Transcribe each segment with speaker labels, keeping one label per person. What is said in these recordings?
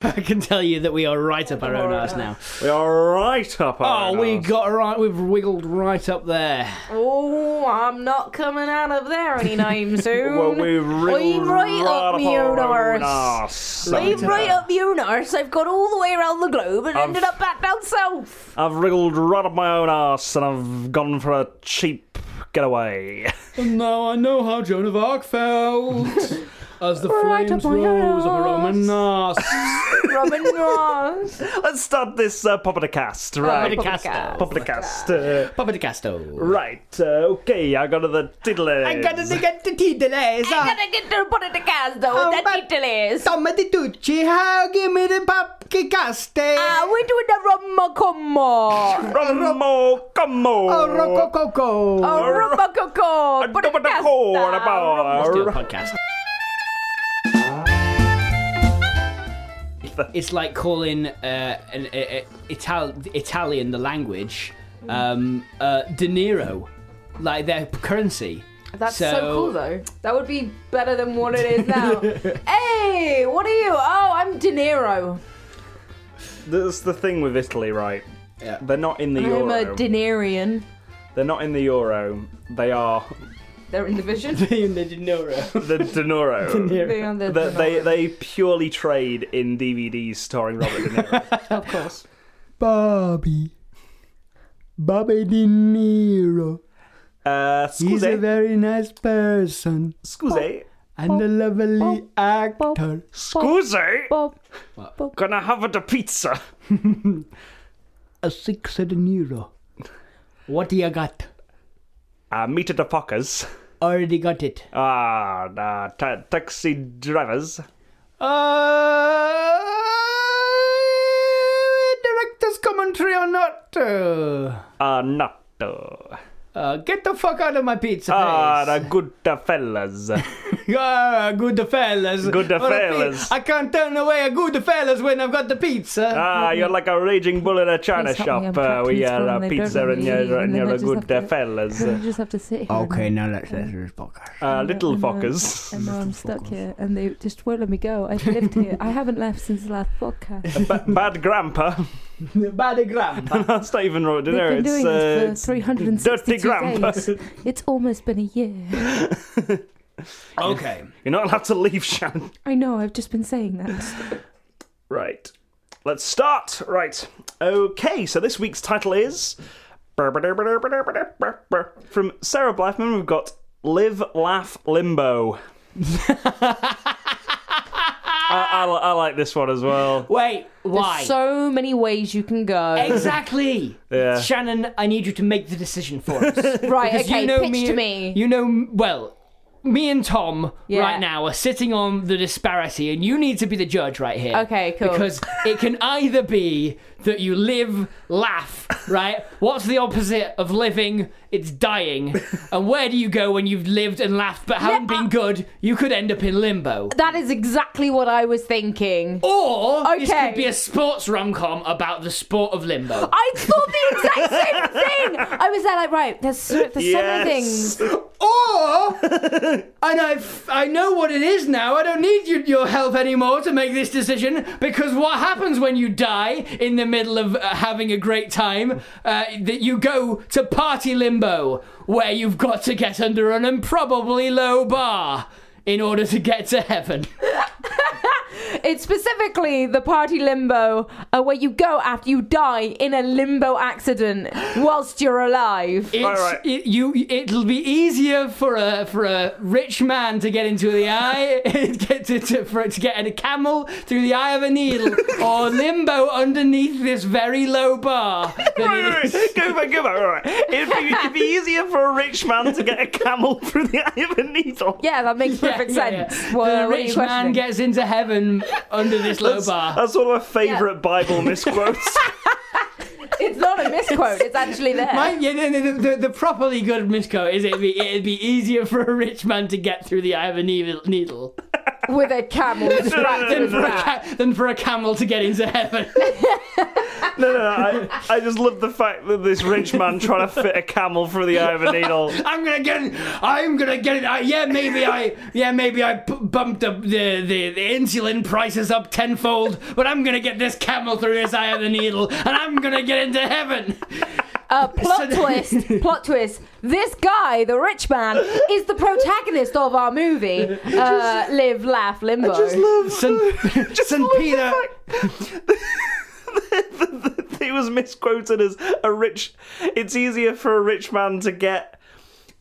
Speaker 1: I can tell you that we are right up our own arse now.
Speaker 2: We are right up our
Speaker 1: Oh,
Speaker 2: own
Speaker 1: we
Speaker 2: arse.
Speaker 1: got right. We've wiggled right up there.
Speaker 3: Oh, I'm not coming out of there anytime soon.
Speaker 2: Well, we really
Speaker 3: I'm right up my own arse.
Speaker 2: arse.
Speaker 3: Leave right up the Unarse. I've gone all the way around the globe and
Speaker 2: I've-
Speaker 3: ended up back down south.
Speaker 2: I've wriggled right up my own arse and I've gone for a cheap getaway.
Speaker 1: Now I know how Joan of Arc felt as the
Speaker 3: Right
Speaker 1: flames
Speaker 3: up my
Speaker 1: rose of
Speaker 3: arse.
Speaker 1: her Roman arse.
Speaker 3: Robin Ross.
Speaker 2: Let's start this uh, Papa de Cast.
Speaker 3: Oh,
Speaker 1: Papa
Speaker 2: Right.
Speaker 1: de Casto.
Speaker 2: Papa de Cast. Uh,
Speaker 1: Papa de Casto.
Speaker 2: right. Uh, okay, I got to the title.
Speaker 1: I gotta get the tea delays.
Speaker 3: I gotta get to put it to cast though.
Speaker 1: Oh,
Speaker 3: that
Speaker 1: but-
Speaker 3: detail is.
Speaker 1: Tomma di Tucci, how give me the Papa Caste.
Speaker 3: Ah, we're doing the rumba combo.
Speaker 2: Romo, come on.
Speaker 3: Oh,
Speaker 1: Rococo.
Speaker 3: rumba coco. Put it to cast.
Speaker 1: Let's do a podcast. It's like calling uh, an uh, Ital- Italian the language um, uh, De Niro, like their currency.
Speaker 3: That's so,
Speaker 1: So-
Speaker 3: cool, though. That would be better than what it is now. hey, what are you? Oh, I'm De Niro.
Speaker 2: That's the thing with Italy, right?
Speaker 1: Yeah.
Speaker 2: They're not in the
Speaker 3: I'm
Speaker 2: euro.
Speaker 3: a Denarian.
Speaker 2: They're not in the euro. They are
Speaker 3: They're in division.
Speaker 1: In the De Niro.
Speaker 2: the denaro.
Speaker 3: they are the,
Speaker 2: They, they they purely trade in DVDs starring Robert De Niro.
Speaker 3: of course.
Speaker 1: Bobby. Bobby De Niro.
Speaker 2: Uh, scuse,
Speaker 1: very nice person
Speaker 2: scuse,
Speaker 1: and a lovely
Speaker 3: actor.
Speaker 2: scuse.
Speaker 3: Bob.
Speaker 2: Gonna have it a pizza.
Speaker 1: A six De Niro. What do you got?
Speaker 2: Uh, meet at the fuckers.
Speaker 1: Already got it.
Speaker 2: Ah, uh, ta- taxi drivers.
Speaker 1: Uh, director's commentary or not? Uh,
Speaker 2: Ah, not. Uh,
Speaker 1: uh, get the fuck out of my pizza
Speaker 2: ah, the
Speaker 1: place.
Speaker 2: good uh, fellas.
Speaker 1: Ah, good fellas.
Speaker 2: Good
Speaker 1: What a pe-
Speaker 2: fellas.
Speaker 1: I can't turn away a good fellas when I've got the pizza.
Speaker 2: Ah, you're like a raging bull in a china
Speaker 3: Please help me,
Speaker 2: shop.
Speaker 3: I'm
Speaker 2: Uh, we are
Speaker 3: trapped in this room,
Speaker 2: a
Speaker 3: they
Speaker 2: pizza
Speaker 3: don't
Speaker 2: and
Speaker 3: let me leave,
Speaker 2: you're,
Speaker 3: and
Speaker 2: and
Speaker 3: then
Speaker 2: you're
Speaker 3: I
Speaker 2: a
Speaker 3: just
Speaker 2: good
Speaker 3: have to-
Speaker 2: uh, fellas.
Speaker 3: I just have to sit
Speaker 2: Ah.
Speaker 3: here.
Speaker 1: okay, now let's let's this podcast.
Speaker 2: Uh, little
Speaker 3: and, uh,
Speaker 2: fuckers.
Speaker 3: And now I'm stuck here, and they just won't let me go. I've lived here. I haven't left since the last podcast.
Speaker 2: Ba- bad grandpa.
Speaker 1: Body grandpa.
Speaker 2: That's not even Robert De
Speaker 3: They've
Speaker 2: Niro.
Speaker 3: been
Speaker 2: It's,
Speaker 3: doing
Speaker 2: uh,
Speaker 3: this
Speaker 2: it's
Speaker 3: for 362
Speaker 2: dirty grandpa.
Speaker 3: days. It's almost been a year.
Speaker 1: okay.
Speaker 2: You're not allowed to leave, Shan.
Speaker 3: I know. I've just been saying that.
Speaker 2: Right. Let's start. Right. Okay, so this week's title is. From Sarah Blythman, we've got Live, Laugh, Limbo. I, I, li- I like this one as well.
Speaker 1: Wait, why?
Speaker 3: So many ways you can go.
Speaker 1: exactly.
Speaker 2: Yeah.
Speaker 1: Shannon, I need you to make the decision for us.
Speaker 3: Right.
Speaker 1: Because
Speaker 3: Okay.
Speaker 1: you know
Speaker 3: pitch
Speaker 1: me,
Speaker 3: to me.
Speaker 1: You know, well, me and Tom
Speaker 3: Yeah.
Speaker 1: right now are sitting on the disparity, and you need to be the judge right here.
Speaker 3: Okay, cool.
Speaker 1: Because it can either be that you live, laugh, right? What's the opposite of living? It's dying. And where do you go when you've lived and laughed but haven't
Speaker 3: Yeah,
Speaker 1: been good? You could end up in limbo.
Speaker 3: that is exactly what I was thinking.
Speaker 1: Or this
Speaker 3: Okay.
Speaker 1: could be a sports rom com about the sport of limbo.
Speaker 3: I thought the exact same thing. I was there like, right, there's so, there's so many things.
Speaker 1: Or, and I, f- I know what it is now. I don't need you, your help anymore to make this decision because what happens when you die in the middle of uh, having a great time? Uh, that you go to party limbo where you've got to get under an improbably low bar in order to get to heaven.
Speaker 3: It's specifically the party limbo, uh, where you go after you die in a limbo accident whilst you're alive.
Speaker 1: It's,
Speaker 2: right.
Speaker 1: it, you, it'll be easier for a for a rich man to get into the eye, get to, to, for it to get a camel through the eye of a needle, or limbo underneath this very low bar. than
Speaker 2: Wait,
Speaker 1: it
Speaker 2: wait,
Speaker 1: is-
Speaker 2: wait. Go back, go back. All right. It'd be, it'd be easier for a rich man to get a camel through the eye of a needle.
Speaker 3: Yeah, that makes
Speaker 1: Yeah,
Speaker 3: perfect
Speaker 1: yeah, yeah.
Speaker 3: sense.
Speaker 1: Than
Speaker 3: Well,
Speaker 1: a
Speaker 3: what are you
Speaker 1: rich man
Speaker 3: questioning? uh,
Speaker 1: gets into heaven under this low
Speaker 2: That's,
Speaker 1: bar.
Speaker 2: that's one of my favourite Bible misquotes.
Speaker 3: It's not a misquote. It's actually there.
Speaker 1: My, yeah, no, no, the, the, the properly good misquote is it'd be, it'd be easier for a rich man to get through the eye of a needle, needle
Speaker 3: With a camel strapped to
Speaker 1: than,
Speaker 3: his
Speaker 1: for a
Speaker 3: back.
Speaker 1: ca- than for a camel to get into heaven.
Speaker 2: No, no, no. I, I just love the fact that this rich man trying to fit a camel through the eye of a needle.
Speaker 1: I'm gonna get it. I'm gonna get it. I, yeah, maybe I. Yeah, maybe I p- bumped up the, the the insulin prices up tenfold, but I'm gonna get this camel through his eye of the needle, and I'm gonna get into heaven.
Speaker 3: Uh, plot
Speaker 1: So-
Speaker 3: twist, plot twist. This guy, the rich man, is the protagonist of our movie, uh, Live, Laugh, Limbo.
Speaker 2: Just love.
Speaker 1: Saint, Saint Peter.
Speaker 2: He was misquoted as a rich. It's easier for a rich man to get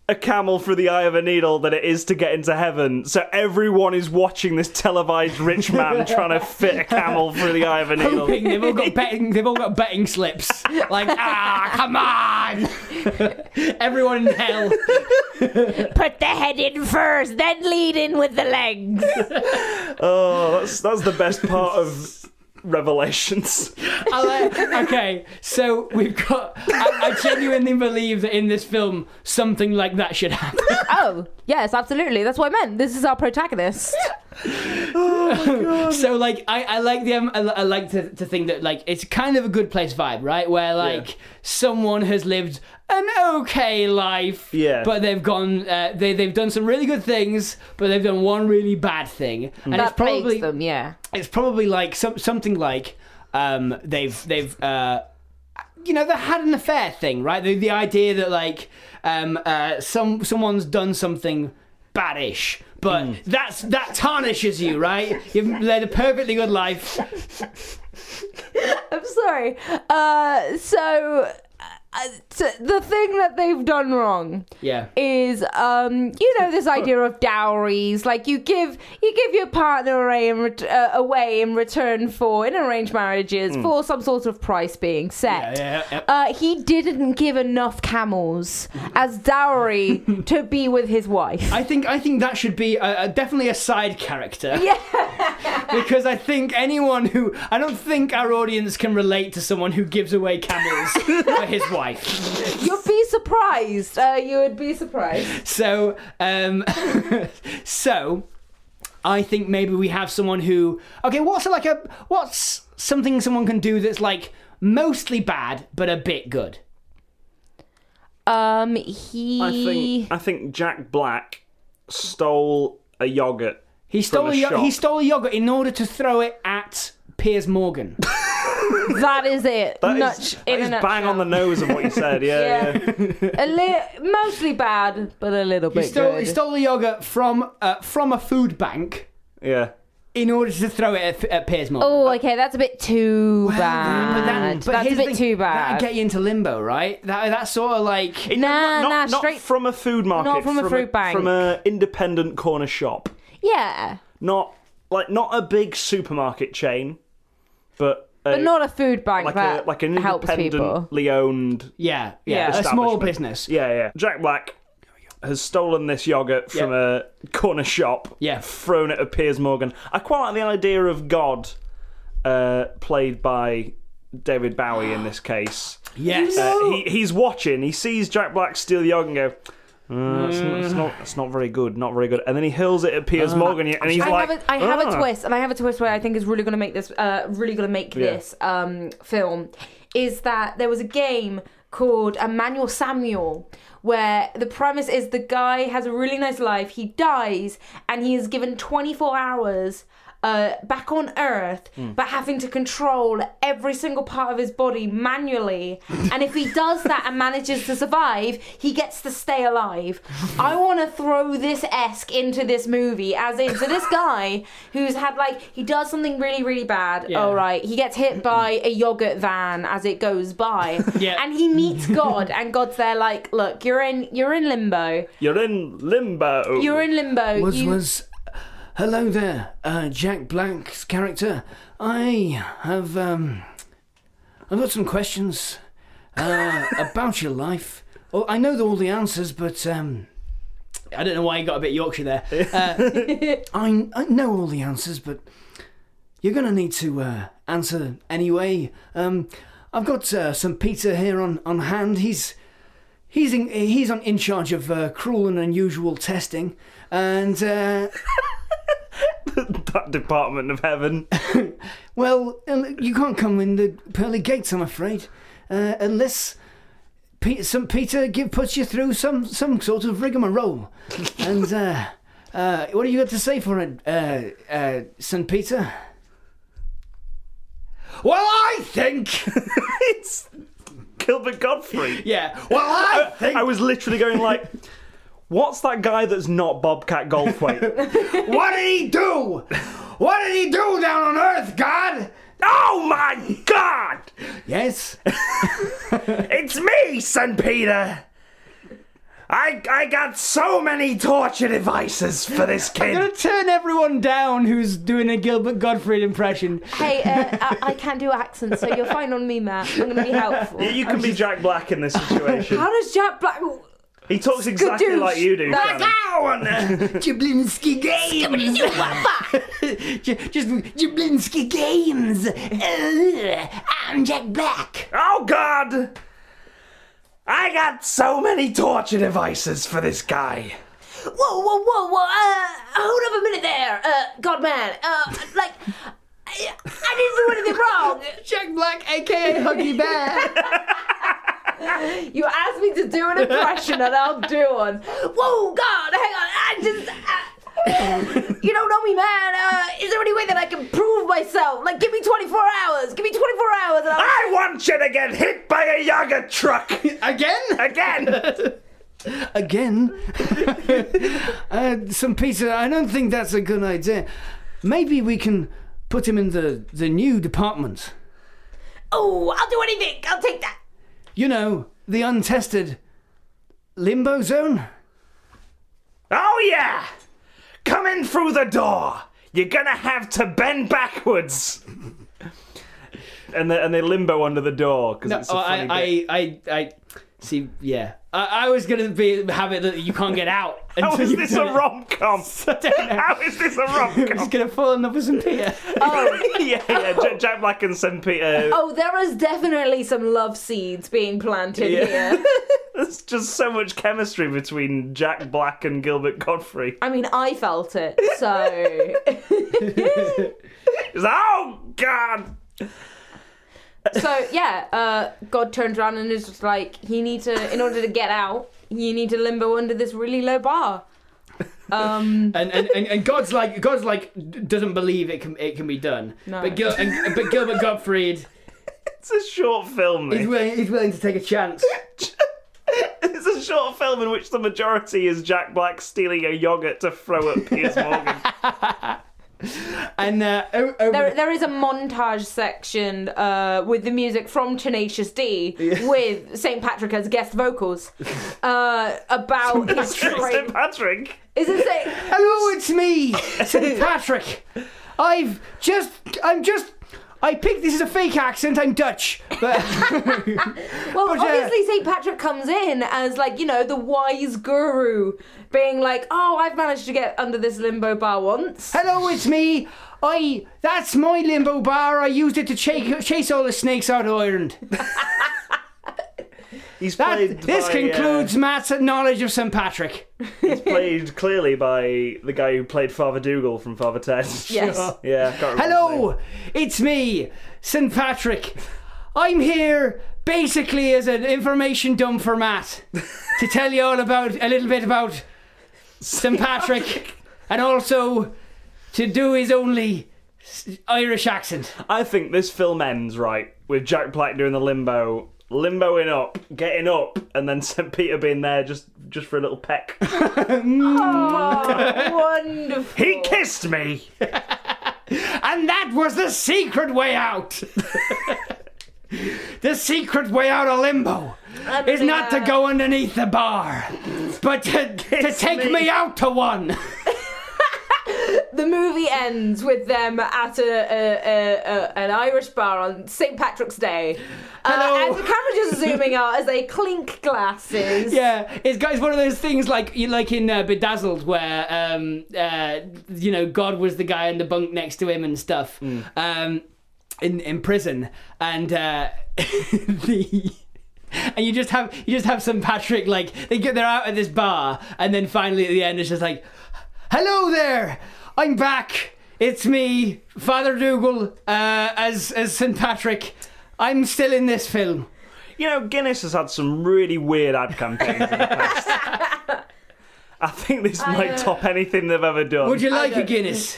Speaker 2: a camel through the eye of a needle than it is to get into heaven. So everyone is watching this televised rich man trying to fit a camel through the eye of a needle.
Speaker 1: Hoping they've all got betting. They've all got betting slips. Like ah, come on. Everyone in hell.
Speaker 3: Put the head in first, then lead in with the legs.
Speaker 2: Oh, that's that's the best part of Revelations.
Speaker 1: I'll let- okay, so we've got. I, I genuinely believe that in this film, something like that should happen.
Speaker 3: oh, yes, absolutely. That's what I meant. This is our protagonist.
Speaker 2: Um,
Speaker 1: so like I, I like the um, I, li- I like to, to think that like it's kind of a good place vibe right where like
Speaker 2: Yeah.
Speaker 1: someone has lived an okay life
Speaker 2: Yeah.
Speaker 1: but they've gone uh, they they've done some really good things but they've done one really bad thing
Speaker 2: Mm.
Speaker 1: and it's
Speaker 3: that plagues
Speaker 1: probably
Speaker 3: them, yeah.
Speaker 1: it's probably like some something like um they've they've uh you know they had an affair thing right the, the idea that like um uh some someone's done something baddish but that's that tarnishes you right you've led a perfectly good life
Speaker 3: I'm sorry. Uh, so, uh, so the thing that they've done wrong
Speaker 1: yeah
Speaker 3: is um you know this idea of dowries like you give you give your partner away in, ret- uh, away in return for in arranged marriages for some sort of price being set
Speaker 1: Yeah, yeah, yeah.
Speaker 3: Uh, he didn't give enough camels as dowry to be with his wife
Speaker 1: I think I think that should be a, a, definitely a side character. Yeah. because I think anyone who I don't think our audience can relate to someone who gives away camels for his wife.
Speaker 3: you'd be surprised uh, you would be surprised
Speaker 1: So, um, so I think maybe we have someone who. Okay, what's like a what's something someone can do that's like mostly bad but a bit good.
Speaker 3: um he
Speaker 2: I think I think Jack Black stole a yogurt.
Speaker 1: He stole
Speaker 2: a
Speaker 1: a yo-
Speaker 2: shop.
Speaker 1: he stole a yogurt in order to throw it at Piers Morgan.
Speaker 3: that is it
Speaker 2: That is-
Speaker 3: Nutch-
Speaker 2: that
Speaker 3: in a
Speaker 2: is bang
Speaker 3: nutshell.
Speaker 2: on the nose of what you said. Yeah, yeah.
Speaker 3: a li- mostly bad but a little bit
Speaker 1: he stole he
Speaker 3: good.
Speaker 1: stole a yogurt from uh, from a food bank
Speaker 2: yeah.
Speaker 1: in order to throw it at, at Piers Morgan.
Speaker 3: Oh, okay, that's a bit too bad.
Speaker 1: But that- but
Speaker 3: that's a
Speaker 1: here's the
Speaker 3: bit
Speaker 1: thing,
Speaker 3: too bad.
Speaker 1: That'd get you into limbo, right? That that's sort of like
Speaker 2: It- not,
Speaker 3: Nah, nah,
Speaker 2: not
Speaker 3: straight-
Speaker 2: from a food market.
Speaker 3: from a fruit bank.
Speaker 2: From a independent corner shop.
Speaker 3: yeah,
Speaker 2: Not like not a big supermarket chain, but. A,
Speaker 3: but not a food bank
Speaker 2: like
Speaker 3: that
Speaker 2: a like an
Speaker 3: helps people.
Speaker 2: independently owned
Speaker 1: yeah, yeah,
Speaker 3: Yeah.
Speaker 1: a small
Speaker 2: Establishment.
Speaker 1: business.
Speaker 2: Yeah, yeah. Jack Black has stolen this yogurt from a corner shop.
Speaker 1: Yeah.
Speaker 2: Thrown it at Piers Morgan. I quite like the idea of God, uh, played by David Bowie in this case.
Speaker 1: Yes.
Speaker 2: Uh, he, he's watching. He sees Jack Black steal the yogurt and go. "Uh, that's, not, that's not. That's not very good. Not very good. And then he hurls it at Piers Morgan, and he's
Speaker 3: Uh, I
Speaker 2: like,
Speaker 3: have a, I have
Speaker 2: "Ah."
Speaker 3: a twist, and I have a twist where I think is really going to make this uh, really going to make this um, film is that there was a game called Emmanuel Samuel where the premise is the guy has a really nice life, he dies, and he is given 24 hours. Uh, back on Earth, but having to control every single part of his body manually. and if he does that and manages to survive, he gets to stay alive. I want to throw this esque into this movie, as in, so this guy who's had like, he does something really, really bad.
Speaker 1: Yeah.
Speaker 3: All right. He gets hit by a yogurt van as it goes by.
Speaker 1: Yeah.
Speaker 3: And he meets God, and God's there like, look, you're in, you're in limbo.
Speaker 2: "You're in limbo."
Speaker 3: You're in limbo.
Speaker 1: was
Speaker 3: you-
Speaker 1: was hello there uh, jack blank's character i have um i've got some questions uh, about your life oh, i know all the answers but um i don't know why you got a bit yorkshire there uh, I, I know all the answers but you're gonna need to uh, answer anyway um i've got uh, some peter here on on hand he's He's in, he's on, in charge of uh, cruel and unusual testing, and uh,
Speaker 2: that department of heaven.
Speaker 1: Well, um, you can't come in the pearly gates, I'm afraid, uh, unless Peter, some Peter give, puts you through some, some sort of rigmarole. and uh, uh, what have you got to say for it, uh, uh, St. Peter? Well, I think.
Speaker 2: it's Gilbert Godfrey.
Speaker 1: yeah. Well, I think.
Speaker 2: I was literally going like, "What's that guy that's not Bobcat Goldthwait?"
Speaker 1: What did he do? What did he do down on Earth, God?
Speaker 2: oh my God!
Speaker 1: Yes.
Speaker 2: It's me, St. Peter. I I got so many torture devices for this
Speaker 1: I'm gonna
Speaker 2: kid.
Speaker 1: turn everyone down who's doing a Gilbert Godfrey impression.
Speaker 3: Hey, uh, I-, I can't do accents, so you're fine on me, Matt. I'm going to be helpful.
Speaker 2: You can be Jack Black in this situation.
Speaker 3: How does Jack Black.
Speaker 2: He talks exactly
Speaker 3: Skadoosh.
Speaker 2: like you do.
Speaker 3: That
Speaker 2: Shannon.
Speaker 1: Jablinski Games. Just Jablinski Games. Uh, I'm Jack Black.
Speaker 2: Oh God! I got so many torture devices for this guy.
Speaker 3: Whoa, whoa, whoa, whoa. Uh, hold up a minute there, uh, Godman. Uh, like, I, I didn't do anything wrong.
Speaker 1: Jack Black, aka Huggy Bear.
Speaker 3: You asked me to do an impression and I'll do one. Whoa, God, hang on. I just. I, you don't know me, man. Uh, is there any way that I can prove myself? Like, give me 24 hours. Give me 24 hours and I'll.
Speaker 2: I want you to get hit by a yogurt truck
Speaker 1: Again?
Speaker 2: again.
Speaker 1: Again? uh, St. Peter, I don't think that's a good idea. Maybe we can put him in the, the new department.
Speaker 3: Oh, I'll do anything. I'll take that.
Speaker 1: You know, the untested limbo zone?
Speaker 2: oh yeah! Come in through the door. You're gonna have to bend backwards. And they, and they limbo under the door because it's a
Speaker 1: oh,
Speaker 2: funny bit.
Speaker 1: I, I, I, I, see, yeah. I, I was gonna be have it that you can't get out.
Speaker 2: How
Speaker 1: until
Speaker 2: is
Speaker 1: you've
Speaker 2: this
Speaker 1: done
Speaker 2: a
Speaker 1: it.
Speaker 2: rom com?
Speaker 1: don't know.
Speaker 2: How is this a rom
Speaker 1: I'm just
Speaker 2: com?
Speaker 1: gonna fall in love with some Peter.
Speaker 2: yeah, yeah. J- Jack Black and St. Peter.
Speaker 3: Oh, there is definitely some love seeds being planted
Speaker 2: Yeah.
Speaker 3: here.
Speaker 2: There's just so much chemistry between Jack Black and Gilbert Godfrey.
Speaker 3: I mean, I felt it, so.
Speaker 2: It's, oh, God!
Speaker 3: So yeah, uh, God turns around and is just like, you need to, in order to get out, you need to limbo under this really low bar. Um,
Speaker 1: and, and, and and God's like God's like d- doesn't believe it can it can be done.
Speaker 3: No.
Speaker 1: But Gil- and, but Gilbert Gottfried
Speaker 2: It's a short film.
Speaker 1: is
Speaker 2: mate.
Speaker 1: willing, he's willing to take a chance.
Speaker 2: It's a short film in which the majority is Jack Black stealing a yogurt to throw at Piers Morgan.
Speaker 1: And uh, o- over-
Speaker 3: there, there is a montage section uh, with the music from Tenacious D with St. Patrick as guest vocals uh, about his
Speaker 2: Tristan
Speaker 3: train.
Speaker 2: Patrick.
Speaker 3: Is it Saint?
Speaker 1: hello, it's me, St. Patrick. I've just I'm just I picked this is a fake accent. I'm Dutch, but.
Speaker 3: Well,
Speaker 1: But, uh,
Speaker 3: obviously St. Patrick comes in as like you know the wise guru, being like, oh, I've managed to get under this limbo bar once.
Speaker 1: Hello, it's me. I. That's my limbo bar. I used it to chase, chase all the snakes out of Ireland.
Speaker 2: He's
Speaker 1: That,
Speaker 2: played.
Speaker 1: this
Speaker 2: by, uh,
Speaker 1: concludes Matt's knowledge of St. Patrick.
Speaker 2: he's played clearly by the guy who played Father Dougal from Father Ted.
Speaker 3: Yes.
Speaker 2: yeah. I can't remember his name.
Speaker 1: Hello, it's me, St. Patrick. I'm here basically as an information dump for Matt to tell you all about a little bit about St. Patrick and also to do his only s- Irish accent.
Speaker 2: I think this film ends right with Jack Black doing the limbo, limboing up, getting up, and then St. Peter being there just just for a little peck.
Speaker 3: Oh, wonderful.
Speaker 2: he kissed me.
Speaker 1: And that was the secret way out. the secret way out of limbo is not to go underneath the bar, but to, to take me. out to one.
Speaker 3: The movie ends with them at a, a, a, a an Irish bar on St Patrick's Day, Uh,
Speaker 1: Hello.
Speaker 3: and the camera just zooming out as they clink glasses.
Speaker 1: yeah, it's got it's one of those things like you like in uh, Bedazzled where um uh you know God was the guy in the bunk next to him and stuff. Um, in in prison and uh the. And you just have you just have some Patrick like they get they're out at this bar and then finally at the end it's just like Hello there! I'm back! It's me, Father Dougal, uh, as as St Patrick. I'm still in this film.
Speaker 2: You know, Guinness has had some really weird ad campaigns in the past. I think this might top anything they've ever done.
Speaker 1: uh, Would you like a
Speaker 3: don't-
Speaker 1: Guinness?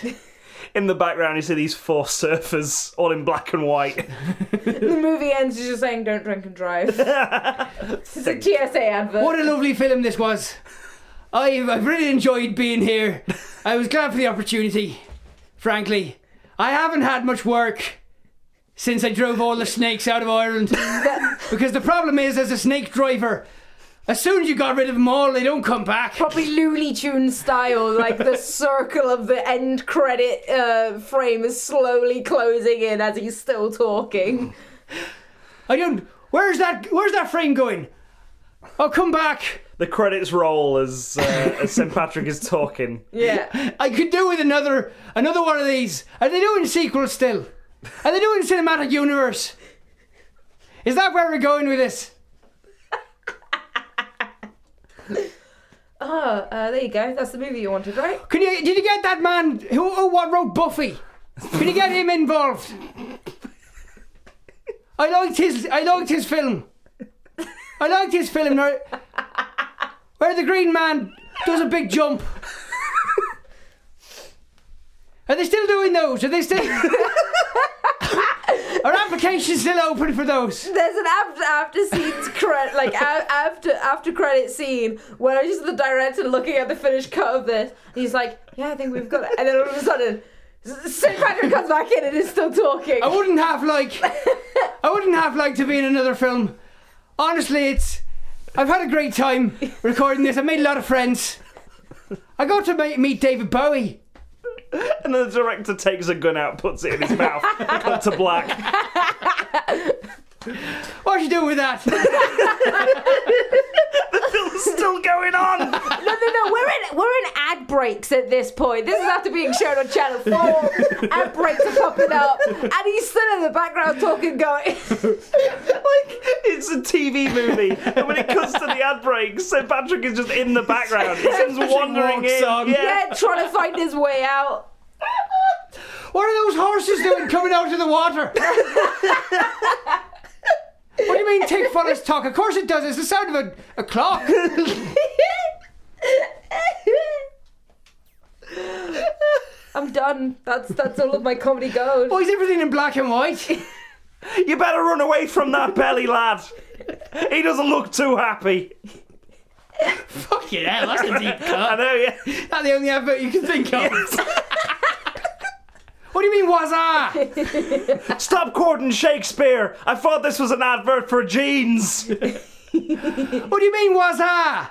Speaker 2: in the background, you see these four surfers, all in black and white.
Speaker 3: The movie ends just saying, "Don't drink and drive." it's a TSA advert.
Speaker 1: What a lovely film this was. I I really enjoyed being here. I was glad for the opportunity. Frankly, I haven't had much work since I drove all the snakes out of Ireland. because the problem is, as a snake driver, as soon as you got rid of them all, they don't come back.
Speaker 3: Probably Looney Tunes style, like the circle of the end credit uh, frame is slowly closing in as he's still talking.
Speaker 1: I don't. Where's that? Where's that frame going? Oh, come back.
Speaker 2: the credits roll as, uh, as St. Patrick is talking.
Speaker 3: Yeah.
Speaker 1: I could do with another another one of these. Are they doing sequels still? Are they doing cinematic universe? Is that where we're going with this?
Speaker 3: Oh, uh, there you go. That's the movie you wanted, right?
Speaker 1: Can you did you get that man who who what wrote Buffy? Can you get him involved? I liked his I liked his film. I liked his film where, where the green man does a big jump. Are they still doing those? Are they still Are applications still open for those?
Speaker 3: There's an after after scenes credit, like a- after after credit scene where just the director looking at the finished cut of this, and he's like, "Yeah, I think we've got it," and then all of a sudden. St. Patrick comes back in and is still talking.
Speaker 1: I wouldn't have like I wouldn't have liked to be in another film. Honestly, it's I've had a great time recording this. I made a lot of friends. I got to meet, meet David Bowie.
Speaker 2: And then the director takes a gun out, puts it in his mouth, cut to black.
Speaker 1: What are you doing with that?
Speaker 2: It's still going on!
Speaker 3: No, no, no. We're in we're in ad breaks at this point. This is after being shown on Channel Four. ad breaks are popping up, and he's still in the background talking, going,
Speaker 2: Like, it's a TV movie, and when it comes to the ad breaks, St. Patrick is just in the background. He comes wandering
Speaker 1: walks
Speaker 2: in.
Speaker 1: on.
Speaker 2: Yeah.
Speaker 3: "Yeah, trying to find his way out."
Speaker 1: What are those horses doing coming out of the water? what do you mean take Forest talk? Of course it does. It's the sound of a, a clock.
Speaker 3: I'm done. That's that's all of my comedy goes.
Speaker 1: Why Oh, is everything in black and white?
Speaker 2: You better run away from that belly lad. He doesn't look too happy.
Speaker 1: Fucking hell, that's a deep
Speaker 2: I
Speaker 1: cut.
Speaker 2: know, yeah.
Speaker 1: That's the only advert you can think of. what do you mean, wazza?
Speaker 2: Stop quoting Shakespeare. I thought this was an advert for jeans.
Speaker 1: What do you mean, was I?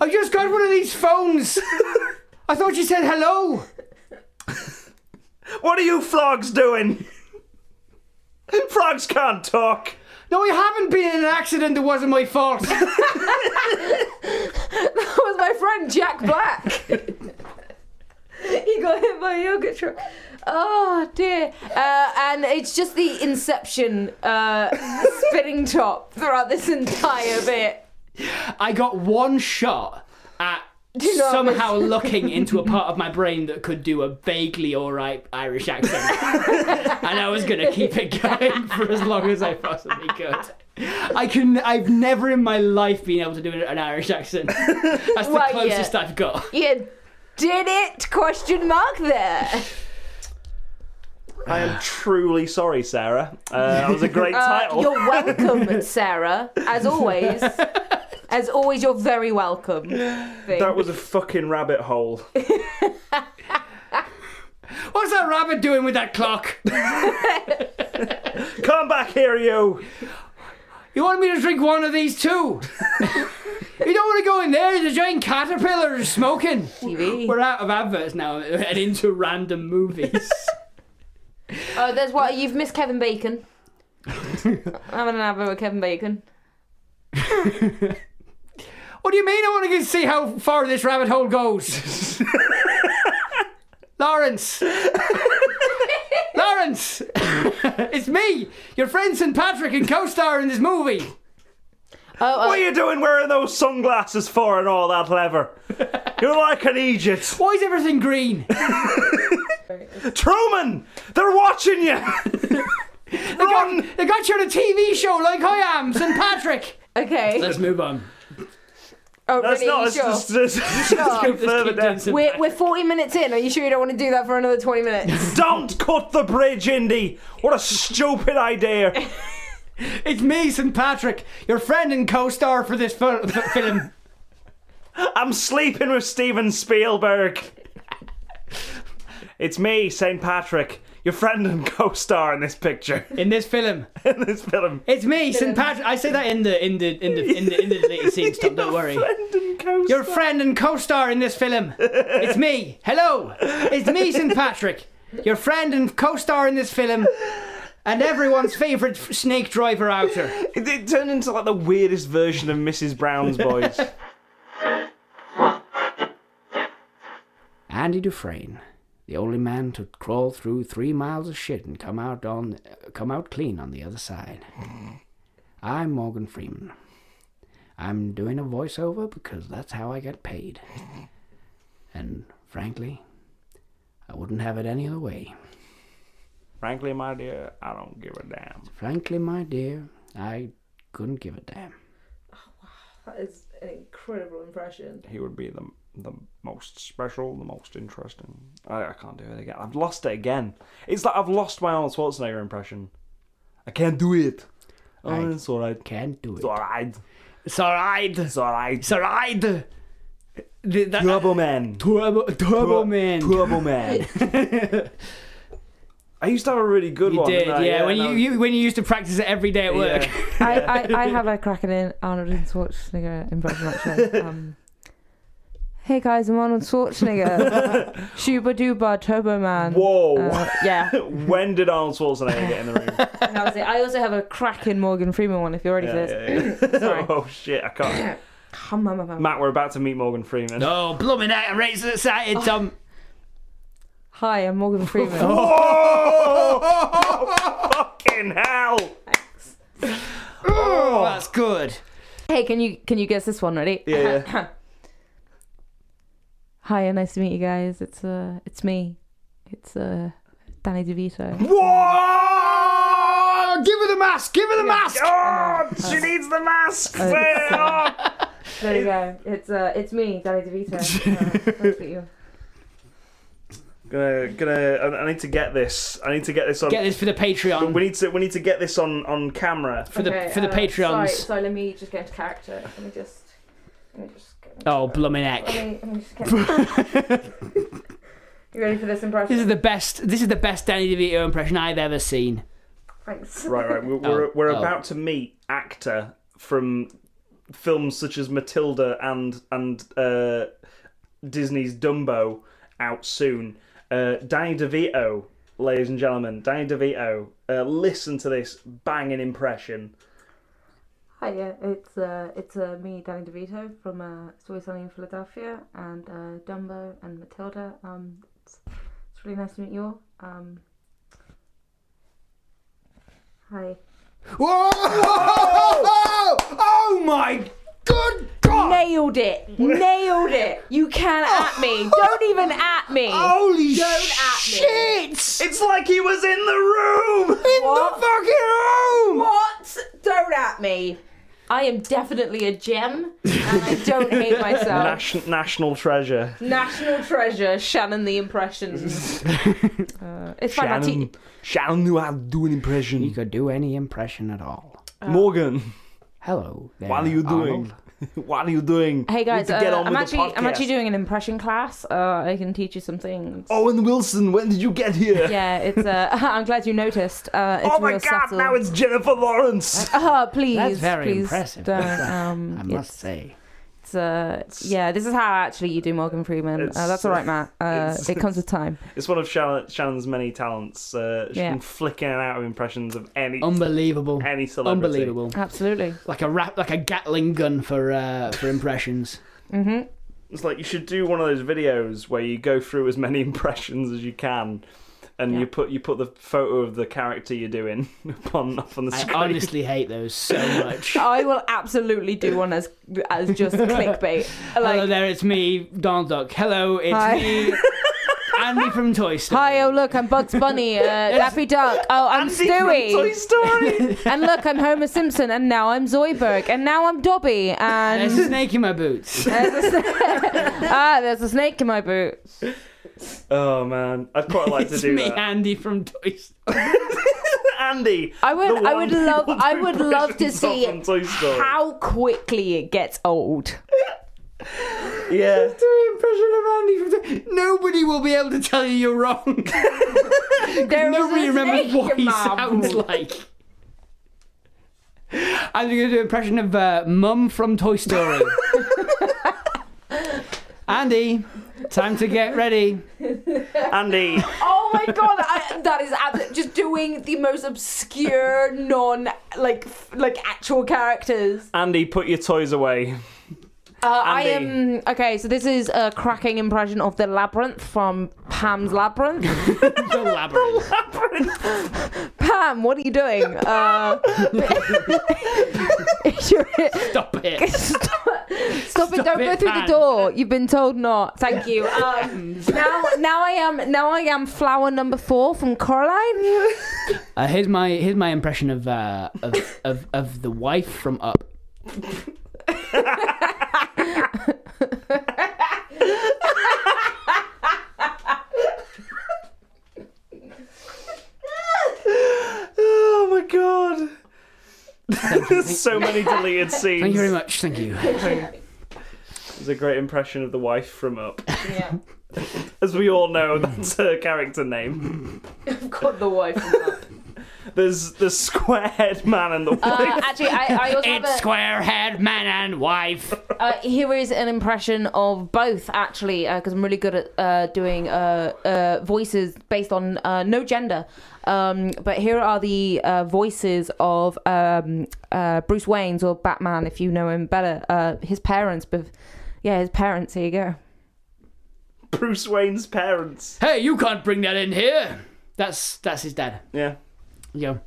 Speaker 1: I just got one of these phones. I thought you said hello.
Speaker 2: What are you flogs doing? Frogs can't talk.
Speaker 1: No, I haven't been in an accident that wasn't my fault.
Speaker 3: That was my friend Jack Black. he got hit by a yogurt truck. Oh dear. Uh, and it's just the Inception uh, spinning top throughout this entire bit.
Speaker 1: I got one shot at
Speaker 3: you know what I
Speaker 1: somehow looking into a part of my brain that could do a vaguely alright Irish accent. and I was gonna keep it going for as long as I possibly could. I can I've never in my life been able to do an Irish accent. That's the
Speaker 3: Well, yeah.
Speaker 1: closest I've got.
Speaker 3: You did it? Question mark there.
Speaker 2: I am truly sorry, Sarah. Uh, that was a great
Speaker 3: Uh,
Speaker 2: title.
Speaker 3: you're welcome, Sarah. As always. As always, you're very welcome. Thing.
Speaker 2: That was a fucking rabbit hole.
Speaker 1: What's that rabbit doing with that clock?
Speaker 2: Come back here, you.
Speaker 1: You want me to drink one of these too? you don't want to go in there. The giant caterpillar is smoking.
Speaker 3: TV.
Speaker 1: We're out of adverts now and into random movies.
Speaker 3: Oh, there's what you've missed Kevin Bacon. I'm an advert with Kevin Bacon.
Speaker 1: what do you mean? I want to go see how far this rabbit hole goes. Lawrence. Lawrence, it's me, your friend St. Patrick, and co-star in this movie.
Speaker 3: Oh,
Speaker 2: What are
Speaker 3: uh,
Speaker 2: you doing wearing those sunglasses for and all that leather? You're like an Egypt.
Speaker 1: Why is everything green?
Speaker 2: Truman! They're watching you! Run!
Speaker 1: They got you on a TV show like I am, St. Patrick.
Speaker 3: oh, okay.
Speaker 1: Let's move on.
Speaker 3: oh,
Speaker 2: That's
Speaker 3: really?
Speaker 2: not,
Speaker 3: You
Speaker 2: it's
Speaker 3: sure?
Speaker 2: just, it's, it's just
Speaker 1: Let's keep
Speaker 2: further
Speaker 1: doing
Speaker 2: down.
Speaker 1: St.
Speaker 3: We're,
Speaker 1: Patrick.
Speaker 3: we're 40 minutes in. Are you sure you don't want to do that for another 20 minutes?
Speaker 2: Don't cut the bridge, Indy! What a stupid idea!
Speaker 1: It's me, St. Patrick, your friend and co-star for this fil- f- film.
Speaker 2: I'm sleeping with Steven Spielberg! It's me, St. Patrick, your friend and co star in this picture,
Speaker 1: In this film,
Speaker 2: in this film.
Speaker 1: it's me, St. Patrick. I say that in the in the in the in the in the deleted scenes. Tom, don't worry.
Speaker 2: Friend and co
Speaker 1: Your
Speaker 2: star.
Speaker 1: friend and co-star in this film. It's me. Hello, it's me, St. Patrick. Your friend and co-star in this film, and everyone's favourite f- snake driver outer.
Speaker 2: It, it turned into like the weirdest version of Mrs. Brown's Boys.
Speaker 1: Andy Dufresne, the only man to crawl through three miles of shit and come out on, uh, come out clean on the other side. I'm Morgan Freeman. I'm doing a voiceover because that's how I get paid. And frankly, I wouldn't have it any other way.
Speaker 2: Frankly, my dear, I don't give a damn.
Speaker 1: Frankly, my dear, I couldn't give a damn.
Speaker 3: That is an incredible impression.
Speaker 2: He would be the the most special, the most interesting. I, I can't do it again. I've lost it again. It's like I've lost my Arnold Schwarzenegger impression. I can't do it. Oh,
Speaker 1: I-
Speaker 2: it's alright.
Speaker 1: Can't do it.
Speaker 2: It's alright.
Speaker 1: It's alright.
Speaker 2: It's alright.
Speaker 1: It's alright. The- that-
Speaker 2: Turbo Man.
Speaker 1: Turbo, Turbo Man.
Speaker 2: Turbo Man. I used to have a really good
Speaker 1: You
Speaker 2: one.
Speaker 1: did,
Speaker 2: didn't
Speaker 1: yeah.
Speaker 2: I?
Speaker 1: when
Speaker 2: and
Speaker 1: you,
Speaker 2: I-
Speaker 1: you when you used to practice it every day at work.
Speaker 2: yeah.
Speaker 3: I, I, I have a cracking in Arnold Schwarzenegger impression actually. Um, hey guys, I'm Arnold Schwarzenegger. Shuba Duba Turbo Man.
Speaker 2: Whoa.
Speaker 3: Uh, yeah,
Speaker 2: when did Arnold Schwarzenegger get in the room?
Speaker 3: that was it. I also have a cracking Morgan Freeman one. If you're ready for
Speaker 2: Yeah,
Speaker 3: this,
Speaker 2: yeah, yeah.
Speaker 3: Sorry.
Speaker 2: oh shit, I can't.
Speaker 3: Hum, hum, hum, hum.
Speaker 2: Matt, we're about to meet Morgan Freeman.
Speaker 1: Oh, blooming out! I'm right so excited, Tom.
Speaker 3: hi, I'm Morgan Freeman.
Speaker 2: Oh, fucking hell!
Speaker 1: Oh, that's good.
Speaker 3: Hey, can you can you guess this one? Ready?
Speaker 2: Yeah, yeah.
Speaker 3: Hi, nice to meet you guys. It's uh, it's me. It's uh, Danny DeVito.
Speaker 2: What?
Speaker 1: Oh, give her the mask. Give her the mask.
Speaker 2: Oh, she needs the mask. Oh.
Speaker 3: There you go. It's uh, it's me, Danny DeVito. Uh, nice to meet you.
Speaker 2: Gonna, gonna. I- I need to get this. I need to get this on.
Speaker 1: Get this for the Patreon.
Speaker 2: We need to. We need to get this on on camera.
Speaker 1: for the
Speaker 3: Okay,
Speaker 1: for the
Speaker 3: uh, Sorry,
Speaker 1: Patreons.
Speaker 3: sorry, let me just get into character. Let me just. Let me just get into
Speaker 1: Oh, blooming
Speaker 3: Let
Speaker 1: heck!
Speaker 3: me, let me just get. you ready for this impression?
Speaker 1: This is the best. This is the best Danny DeVito impression I've ever seen.
Speaker 3: Thanks.
Speaker 2: Right, right. We're we're,
Speaker 1: Oh,
Speaker 2: we're
Speaker 1: oh.
Speaker 2: about to meet actor from films such as Matilda and and uh, Disney's Dumbo out soon. Uh, Danny DeVito, ladies and gentlemen, Danny DeVito. Uh, listen to this banging impression.
Speaker 3: Hi, yeah, it's uh, it's uh, me, Danny DeVito from uh, It's Always Sunny in Philadelphia, and uh, Dumbo and Matilda. Um, it's, it's really nice to meet you all. Um, hi.
Speaker 1: Whoa! Oh my good God!
Speaker 3: Nailed it! Nailed it! You can at me. Don't even at me.
Speaker 1: Holy
Speaker 3: at
Speaker 1: shit!
Speaker 2: It's like he was in the room.
Speaker 1: In
Speaker 3: What?
Speaker 1: the fucking room!
Speaker 3: What? Don't at me. I am definitely a gem, and I don't hate myself.
Speaker 2: Nation, national treasure.
Speaker 3: National treasure, Shannon the Impressions. uh, it's fine. I'll
Speaker 2: Shannon,
Speaker 3: teach-
Speaker 2: Shannon knew how to do an impression.
Speaker 1: You could do any impression at all.
Speaker 2: Morgan,
Speaker 1: Hello. There,
Speaker 2: what are you doing?
Speaker 1: Arnold.
Speaker 2: what are you doing?
Speaker 3: Hey guys,
Speaker 2: Need to get
Speaker 3: uh,
Speaker 2: on
Speaker 3: I'm
Speaker 2: with the
Speaker 3: actually I'm
Speaker 2: podcast. Oh.
Speaker 3: actually doing an impression class. Uh, I can teach you some things.
Speaker 2: Owen Wilson, when did you get here?
Speaker 3: Yeah, it's. Uh, I'm glad you noticed. Uh, it's
Speaker 2: oh my
Speaker 3: real
Speaker 2: god,
Speaker 3: subtle.
Speaker 2: now it's Jennifer Lawrence.
Speaker 3: Oh, please,
Speaker 1: That's very
Speaker 3: please
Speaker 1: impressive.
Speaker 3: don't, um,
Speaker 1: I must
Speaker 3: it's-
Speaker 1: say.
Speaker 3: it's, uh, yeah, this is how actually you do Morgan Freeman.
Speaker 2: It's-
Speaker 3: Uh, that's all right, Matt. Uh,
Speaker 2: it's-
Speaker 3: it comes with time.
Speaker 2: It's one of Shannon- Shannon's many talents. Uh, she
Speaker 3: Yeah.
Speaker 2: can flick in and out of impressions of any
Speaker 1: Unbelievable.
Speaker 2: any celebrity.
Speaker 1: Unbelievable.
Speaker 3: Absolutely.
Speaker 1: Like a rap, like a Gatling gun for uh, for impressions.
Speaker 3: Mm-hmm.
Speaker 2: It's like you should do one of those videos where you go through as many impressions as you can. and
Speaker 3: Yeah.
Speaker 2: you put you put the photo of the character you're doing up on up on the
Speaker 1: I
Speaker 2: screen.
Speaker 1: honestly hate those so much.
Speaker 3: I will absolutely do one as as just clickbait.
Speaker 1: Hello
Speaker 3: Like,
Speaker 1: there, it's me, Donald Duck. Hello, it's
Speaker 3: Hi.
Speaker 1: me, Andy from Toy Story.
Speaker 3: hi, oh look, I'm Bugs Bunny, uh, Daffy Duck. Oh, I'm Stewie.
Speaker 2: Toy Story.
Speaker 3: and look, I'm Homer Simpson, and now I'm Zoidberg, and now I'm Dobby,
Speaker 1: There's a
Speaker 3: and
Speaker 1: snake in my boots.
Speaker 3: there's a sna- ah, there's a snake in my boot.
Speaker 2: oh man, I'd quite like to
Speaker 1: It's
Speaker 2: do
Speaker 1: me,
Speaker 2: that.
Speaker 1: Andy from Toy Story.
Speaker 2: Andy,
Speaker 3: I
Speaker 2: the
Speaker 3: would, I
Speaker 2: one
Speaker 3: would love,
Speaker 2: people
Speaker 3: I
Speaker 2: do
Speaker 3: would love to
Speaker 2: versions of
Speaker 3: see
Speaker 2: on Toy Story.
Speaker 3: how quickly it gets old.
Speaker 2: Yeah,
Speaker 1: Do an impression of Andy from Toy Nobody will be able to tell you you're wrong.
Speaker 3: There is
Speaker 1: Nobody
Speaker 3: a
Speaker 1: remembers
Speaker 3: snake
Speaker 1: what
Speaker 3: in
Speaker 1: he
Speaker 3: my
Speaker 1: sounds
Speaker 3: boot.
Speaker 1: like. I'm going to do an impression of uh, Mum from Toy Story. Andy, time to get ready.
Speaker 2: Andy.
Speaker 3: Oh my god, I, that is abs- just doing the most obscure non like f- like actual characters.
Speaker 2: Andy, put your toys away.
Speaker 3: Uh, I
Speaker 2: Andy.
Speaker 3: am okay. So this is a cracking impression of the labyrinth from Pam's Labyrinth.
Speaker 1: The labyrinth.
Speaker 3: Pam, what are you doing? Uh,
Speaker 1: Stop it.
Speaker 3: Stop, stop it!
Speaker 1: Stop
Speaker 3: Don't go
Speaker 1: it,
Speaker 3: through
Speaker 1: Pam.
Speaker 3: the door. You've been told not. Thank you. Um, now, now I am. Now I am flower number four from Coraline.
Speaker 1: Uh, here's my here's my impression of uh, of, of of the wife from Up.
Speaker 2: Oh my god. There's so many deleted scenes.
Speaker 1: Thank you very much. Thank you.
Speaker 2: It's a great impression of the wife from Up.
Speaker 3: Yeah,
Speaker 2: As we all know, that's her character name.
Speaker 3: I've got the wife.
Speaker 2: There's the squarehead man and the wife.
Speaker 3: Uh, actually, I, I also have
Speaker 1: It's
Speaker 3: a,
Speaker 1: squarehead man and wife.
Speaker 3: uh, here is an impression of both actually because I'm really good at uh, doing uh, uh, voices based on uh, no gender. Um, but here are the uh, voices of um, uh, Bruce Wayne's or Batman, if you know him better. Uh, his parents, but yeah, his parents. Here you go.
Speaker 2: Bruce Wayne's parents.
Speaker 1: Hey, you can't bring that in here. That's that's his dad.
Speaker 2: Yeah.
Speaker 1: Yo.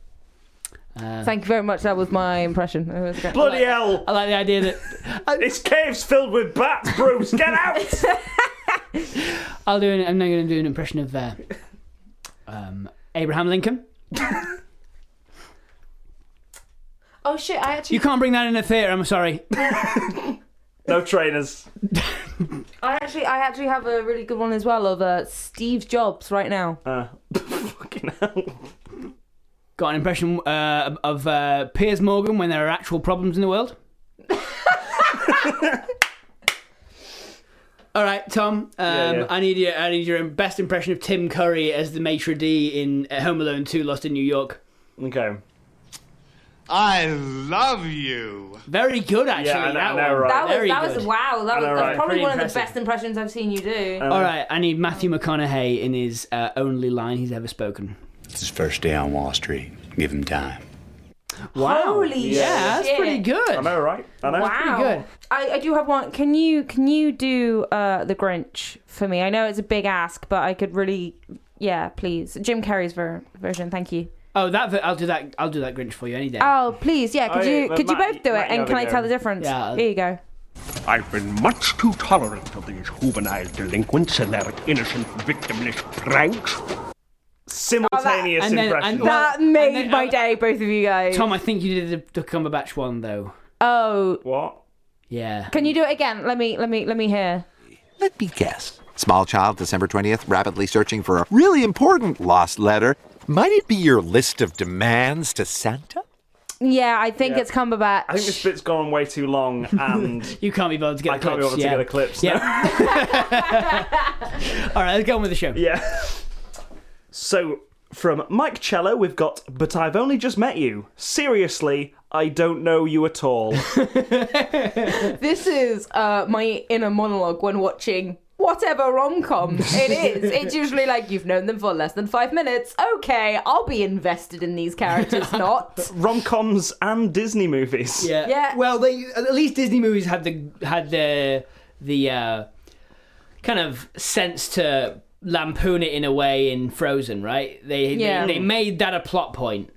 Speaker 1: Uh,
Speaker 3: Thank you very much. That was my impression. It was great.
Speaker 2: Bloody hell!
Speaker 1: I like the idea that
Speaker 2: This cave's filled with bats, Bruce! Get out!
Speaker 1: I'll do. An, I'm now going to do an impression of uh, um, Abraham Lincoln.
Speaker 3: Oh shit! I actually,
Speaker 1: You can't bring that in a theater. I'm sorry.
Speaker 2: no trainers.
Speaker 3: I actually, I actually have a really good one as well of uh, Steve Jobs right now.
Speaker 2: Uh, fucking hell.
Speaker 1: Got an impression uh, of uh, Piers Morgan when there are actual problems in the world. All right, Tom. Um,
Speaker 2: Yeah, yeah.
Speaker 1: I need your I need your best impression of Tim Curry as the maitre d in uh, Home Alone Two: Lost in New York.
Speaker 2: Okay.
Speaker 4: I love you.
Speaker 1: Very good, actually.
Speaker 2: Yeah, I know-
Speaker 1: that
Speaker 2: I know,
Speaker 1: one.
Speaker 2: right.
Speaker 3: That was
Speaker 1: Very
Speaker 3: that
Speaker 1: good.
Speaker 3: was wow. That was,
Speaker 2: know,
Speaker 3: that's
Speaker 2: right?
Speaker 3: probably
Speaker 1: Pretty
Speaker 3: one of
Speaker 1: impressive.
Speaker 3: the best impressions I've seen you do.
Speaker 1: All right, I need Matthew McConaughey in his uh, only line he's ever spoken.
Speaker 5: It's his first day on Wall Street. Give him time.
Speaker 1: Wow.
Speaker 3: Holy
Speaker 1: yeah, that's
Speaker 3: shit.
Speaker 1: pretty
Speaker 2: I
Speaker 1: good.
Speaker 2: know, right? I know.
Speaker 3: Wow.
Speaker 1: good.
Speaker 3: I, I do have one. Can you can you do uh, the Grinch for me? I know it's a big ask, but I could really, yeah, please. Jim Carrey's ver- version. Thank you.
Speaker 1: Oh, that I'll do that. I'll do that Grinch for you any day.
Speaker 3: Oh, please, yeah.
Speaker 2: Oh,
Speaker 3: Could
Speaker 2: yeah,
Speaker 3: you
Speaker 2: but
Speaker 3: could you
Speaker 2: Matt,
Speaker 3: both do
Speaker 2: Matt,
Speaker 3: it?
Speaker 2: you
Speaker 3: And
Speaker 2: have
Speaker 3: can
Speaker 2: it
Speaker 3: I
Speaker 2: there.
Speaker 3: tell the difference?
Speaker 1: Yeah.
Speaker 3: Here you go.
Speaker 6: I've been much too tolerant of these juvenile delinquents and their innocent, victimless pranks.
Speaker 2: Simultaneous
Speaker 1: and then-
Speaker 2: impression.
Speaker 1: and- Well,
Speaker 3: that made
Speaker 1: and then-
Speaker 3: my
Speaker 1: uh,
Speaker 3: day, both of you guys.
Speaker 1: Tom, I think you did the, the Cumberbatch one though.
Speaker 3: oh,
Speaker 2: what?
Speaker 1: Yeah.
Speaker 3: can you do it again? Let me let me let me hear.
Speaker 7: Let me guess. Small child, December 20th, rapidly searching for a really important lost letter. Might it be your list of demands to Santa?
Speaker 3: Yeah, I think it's Cumberbatch.
Speaker 2: I think this bit's gone way too long and
Speaker 1: You can't be bothered to get
Speaker 2: I
Speaker 1: the
Speaker 2: can't be
Speaker 1: clips.
Speaker 2: able to
Speaker 1: yeah.
Speaker 2: get a clips.
Speaker 1: Yeah. All right, let's get on with the show.
Speaker 2: Yeah. So, from Mike Cello, we've got, but I've only just met you. Seriously, I don't know you at all.
Speaker 3: This is uh, my inner monologue when watching whatever rom com it is. It's usually like you've known them for less than five minutes. Okay, I'll be invested in these characters, not.
Speaker 2: Rom coms and Disney movies.
Speaker 1: Yeah.
Speaker 3: Yeah.
Speaker 1: Well, they at least Disney movies had the had the the uh, kind of sense to lampoon it in a way in Frozen, right? They
Speaker 3: Yeah.
Speaker 1: they, they made that a plot point.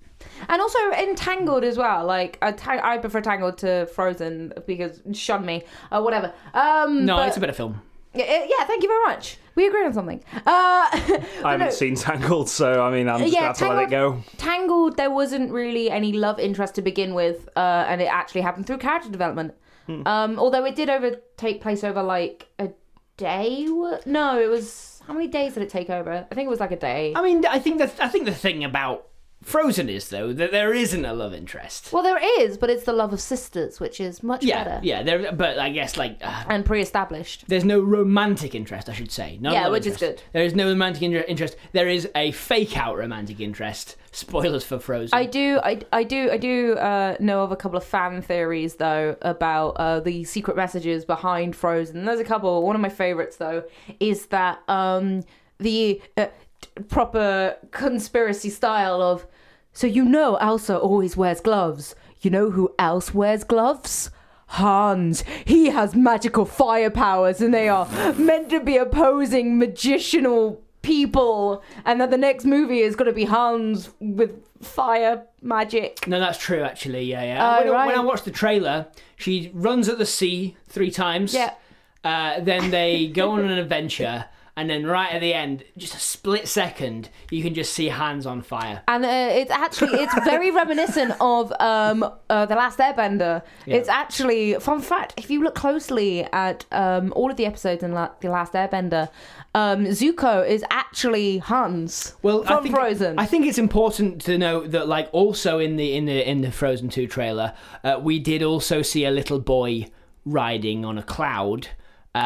Speaker 3: And also Entangled as well. Like I, tang- I prefer Tangled to Frozen because shun me, uh, whatever. Um,
Speaker 1: No,
Speaker 3: but-
Speaker 1: it's a better film.
Speaker 3: Yeah, eh, yeah, thank you very much. We agreed on something. Uh, I
Speaker 2: I haven't seen Tangled, so I mean, I'm just
Speaker 3: yeah,
Speaker 2: going to have to let it go.
Speaker 3: Tangled, there wasn't really any love interest to begin with, uh, and it actually happened through character development.
Speaker 2: Hmm.
Speaker 3: Um, although it did over take place over like a day. wo- No, it was how many days did it take over? I think it was like a day.
Speaker 1: I mean, I think the I think the thing about Frozen is though that there isn't a love interest.
Speaker 3: Well, there is, but it's the love of sisters, which is much
Speaker 1: yeah,
Speaker 3: better
Speaker 1: yeah. There, but I guess like uh,
Speaker 3: and pre-established.
Speaker 1: there's no romantic interest, I should say. No
Speaker 3: Yeah,
Speaker 1: love
Speaker 3: which is
Speaker 1: interest.
Speaker 3: good.
Speaker 1: There is no romantic inter- interest. There is a fake out romantic interest. Spoilers for Frozen.
Speaker 3: I do, I, I do, I do uh, know of a couple of fan theories though about uh, the secret messages behind Frozen. There's a couple. One of my favorites though is that um, the uh, t- proper conspiracy style of, so you know, Elsa always wears gloves. You know who else wears gloves? Hans, he has magical fire powers, and they are meant to be opposing magicianal people. And that the next movie is going to be Hans with fire magic.
Speaker 1: No, that's true. Actually, yeah, yeah.
Speaker 3: Oh,
Speaker 1: when, I- when
Speaker 3: right.
Speaker 1: I watched the trailer, she runs at the sea three times.
Speaker 3: Yeah.
Speaker 1: Uh, then they go on an adventure, and then right at the end, just a split second, you can just see hands on fire.
Speaker 3: And uh, it's actually it's very reminiscent of um, uh, the Last Airbender. It's actually fun fact. If you look closely at um, all of the episodes in La- the Last Airbender, um, Zuko is actually Hans
Speaker 1: Well,
Speaker 3: from
Speaker 1: I think,
Speaker 3: Frozen.
Speaker 1: I think it's important to note that, like, also in the in the in the Frozen Two trailer, uh, we did also see a little boy riding on a cloud, um,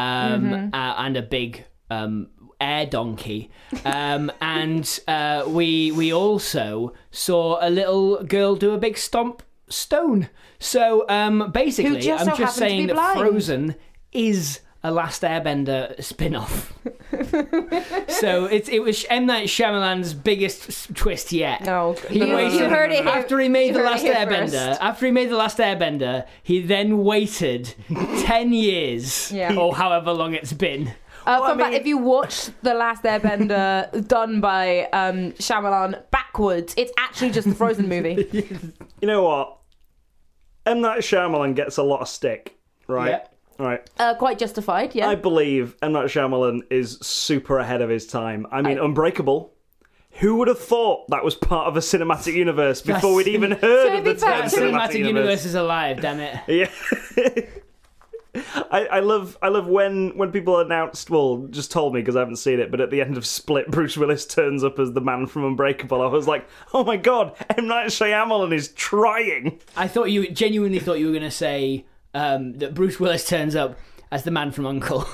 Speaker 3: Mm-hmm.
Speaker 1: uh, and a big um, air donkey, um, and uh, we we also saw a little girl do a big stomp stone. So um, basically,
Speaker 3: just so
Speaker 1: I'm just
Speaker 3: happened to be
Speaker 1: saying that
Speaker 3: blind.
Speaker 1: Frozen is a Last Airbender spin-off. So it's it was M Night Shyamalan's biggest s- twist yet.
Speaker 3: No.
Speaker 1: he
Speaker 3: You-
Speaker 1: waited
Speaker 3: Oh, you heard it here-
Speaker 1: after he made
Speaker 3: you
Speaker 1: the
Speaker 3: heard it
Speaker 1: Last
Speaker 3: here
Speaker 1: Airbender.
Speaker 3: first.
Speaker 1: After he made the Last Airbender, he then waited ten years
Speaker 3: Yeah.
Speaker 1: or however long it's been.
Speaker 3: Uh,
Speaker 2: Well, I
Speaker 3: fun fact,
Speaker 2: mean-
Speaker 3: if you watch The Last Airbender done by um, Shyamalan backwards, it's actually just the Frozen movie.
Speaker 2: You know what? M. Night Shyamalan gets a lot of stick, right?
Speaker 1: Yeah.
Speaker 2: Right.
Speaker 3: Uh, quite justified, yeah.
Speaker 2: I believe M. Night Shyamalan is super ahead of his time. I mean, Unbreakable. Who would have thought that was part of a cinematic universe before we'd even heard
Speaker 3: So
Speaker 2: of the
Speaker 3: it'd be
Speaker 2: term
Speaker 3: back
Speaker 1: That
Speaker 3: to-
Speaker 2: cinematic,
Speaker 1: cinematic
Speaker 2: universe?
Speaker 1: universe is alive, damn it.
Speaker 2: Yeah. I, I love I love when when people announced well just told me because I haven't seen it but at the end of Split Bruce Willis turns up as the man from Unbreakable I was like oh my god M Night Shyamalan is trying
Speaker 1: I thought you genuinely thought you were gonna say um, that Bruce Willis turns up as the man from Uncle.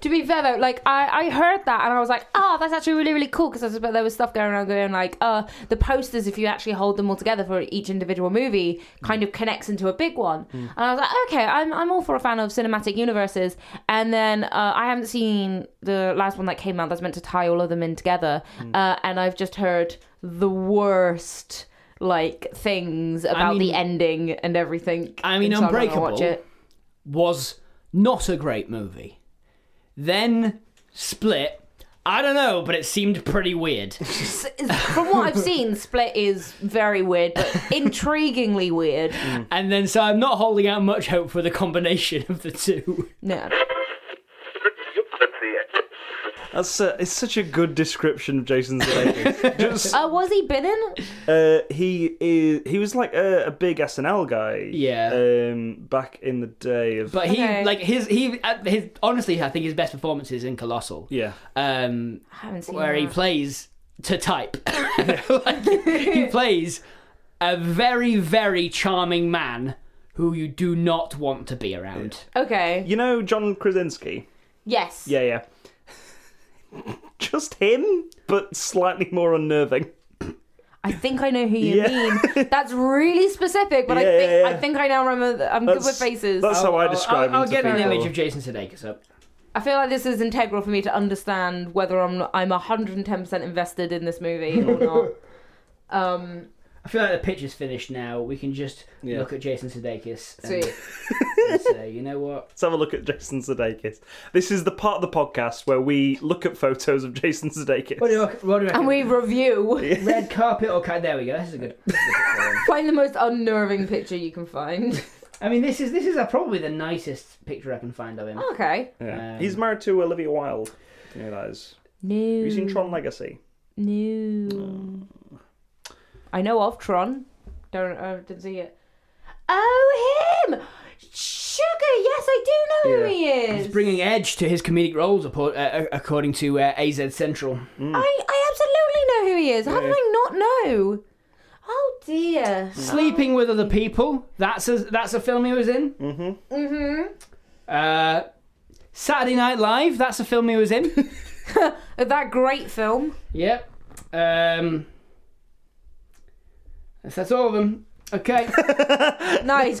Speaker 3: to be fair though, like I, I heard that and I was like, oh, that's actually really really cool because I suspect there was stuff going on going like, uh, the posters if you actually hold them all together for each individual movie kind of connects into a big one.
Speaker 1: Mm.
Speaker 3: And I was like, okay, I'm I'm all for a fan of cinematic universes. And then uh, I haven't seen the last one that came out that's meant to tie all of them in together,
Speaker 1: Mm.
Speaker 3: uh, and I've just heard the worst like things about the
Speaker 1: mean-
Speaker 3: ending and everything.
Speaker 1: I mean,
Speaker 3: And so I'm not gonna watch
Speaker 1: Unbreakable
Speaker 3: it.
Speaker 1: was not a great movie. Then Split, I don't know, but it seemed pretty weird.
Speaker 3: from what I've seen, Split is very weird, but intriguingly weird.
Speaker 2: Mm.
Speaker 1: and then so I'm not holding out much hope for the combination of the two.
Speaker 3: No.
Speaker 2: that's uh, it's such a good description of Jason Sudeikis just
Speaker 3: Uh, was he been in?
Speaker 2: uh, he is he was like a, a big SNL guy
Speaker 1: Yeah.
Speaker 2: um, back in the day of
Speaker 1: But he
Speaker 3: Okay.
Speaker 1: like his he uh, his honestly I think his best performance is in Colossal.
Speaker 2: yeah
Speaker 1: Um
Speaker 3: I haven't seen
Speaker 1: where he
Speaker 3: that.
Speaker 1: plays to type. Like, he plays a very very charming man who you do not want to be around.
Speaker 3: Okay.
Speaker 2: you know John Krasinski
Speaker 3: Yes.
Speaker 2: yeah yeah just him but slightly more unnerving
Speaker 3: I think I know who you
Speaker 2: Yeah.
Speaker 3: mean. That's really specific, but I
Speaker 2: Yeah,
Speaker 3: think
Speaker 2: yeah, yeah.
Speaker 3: I think I now remember. That I'm good
Speaker 2: That's-
Speaker 3: with faces.
Speaker 2: That's how I
Speaker 1: I'll-
Speaker 2: describe
Speaker 1: I'll, I'll
Speaker 2: him
Speaker 1: get
Speaker 2: to
Speaker 1: an
Speaker 2: people.
Speaker 1: image of Jason Sudeikis up.
Speaker 3: I feel like this is integral for me to understand whether I'm I'm 110 percent invested in this movie or not. Um,
Speaker 1: I feel like the pitch is finished now. We can just
Speaker 2: Yeah.
Speaker 1: look at Jason Sudeikis and,
Speaker 3: Sweet.
Speaker 1: and say, you know what?
Speaker 2: Let's have a look at Jason Sudeikis. This is the part of the podcast where we look at photos of Jason Sudeikis.
Speaker 1: What do you, reckon- what do you reckon?
Speaker 3: And we review.
Speaker 1: Red carpet or kind? There we go. This is a good. this is a good one.
Speaker 3: Find the most unnerving picture you can find.
Speaker 1: I mean, this is this is uh probably the nicest picture I can find of him.
Speaker 3: okay.
Speaker 2: Yeah.
Speaker 1: Um,
Speaker 2: He's married to Olivia Wilde. You know that is. Have
Speaker 3: No.
Speaker 2: you
Speaker 1: Hmm.
Speaker 2: seen Tron Legacy?
Speaker 3: No. I know of Tron. Don't I didn't see it. Oh, him! Sugar. Yes, I do know who
Speaker 2: Yeah.
Speaker 3: he is.
Speaker 1: He's bringing edge to his comedic roles, apo- uh, according to uh, AZ Central.
Speaker 3: I I absolutely know who he is. How did I not know? Oh dear.
Speaker 1: Sleeping with other people. That's a that's a film he was in. Mm-hmm. Mm-hmm. Uh, Saturday Night Live. That's a film he was in.
Speaker 3: That great film.
Speaker 1: yep. Um, that's, that's all of them. Okay.
Speaker 3: Nice,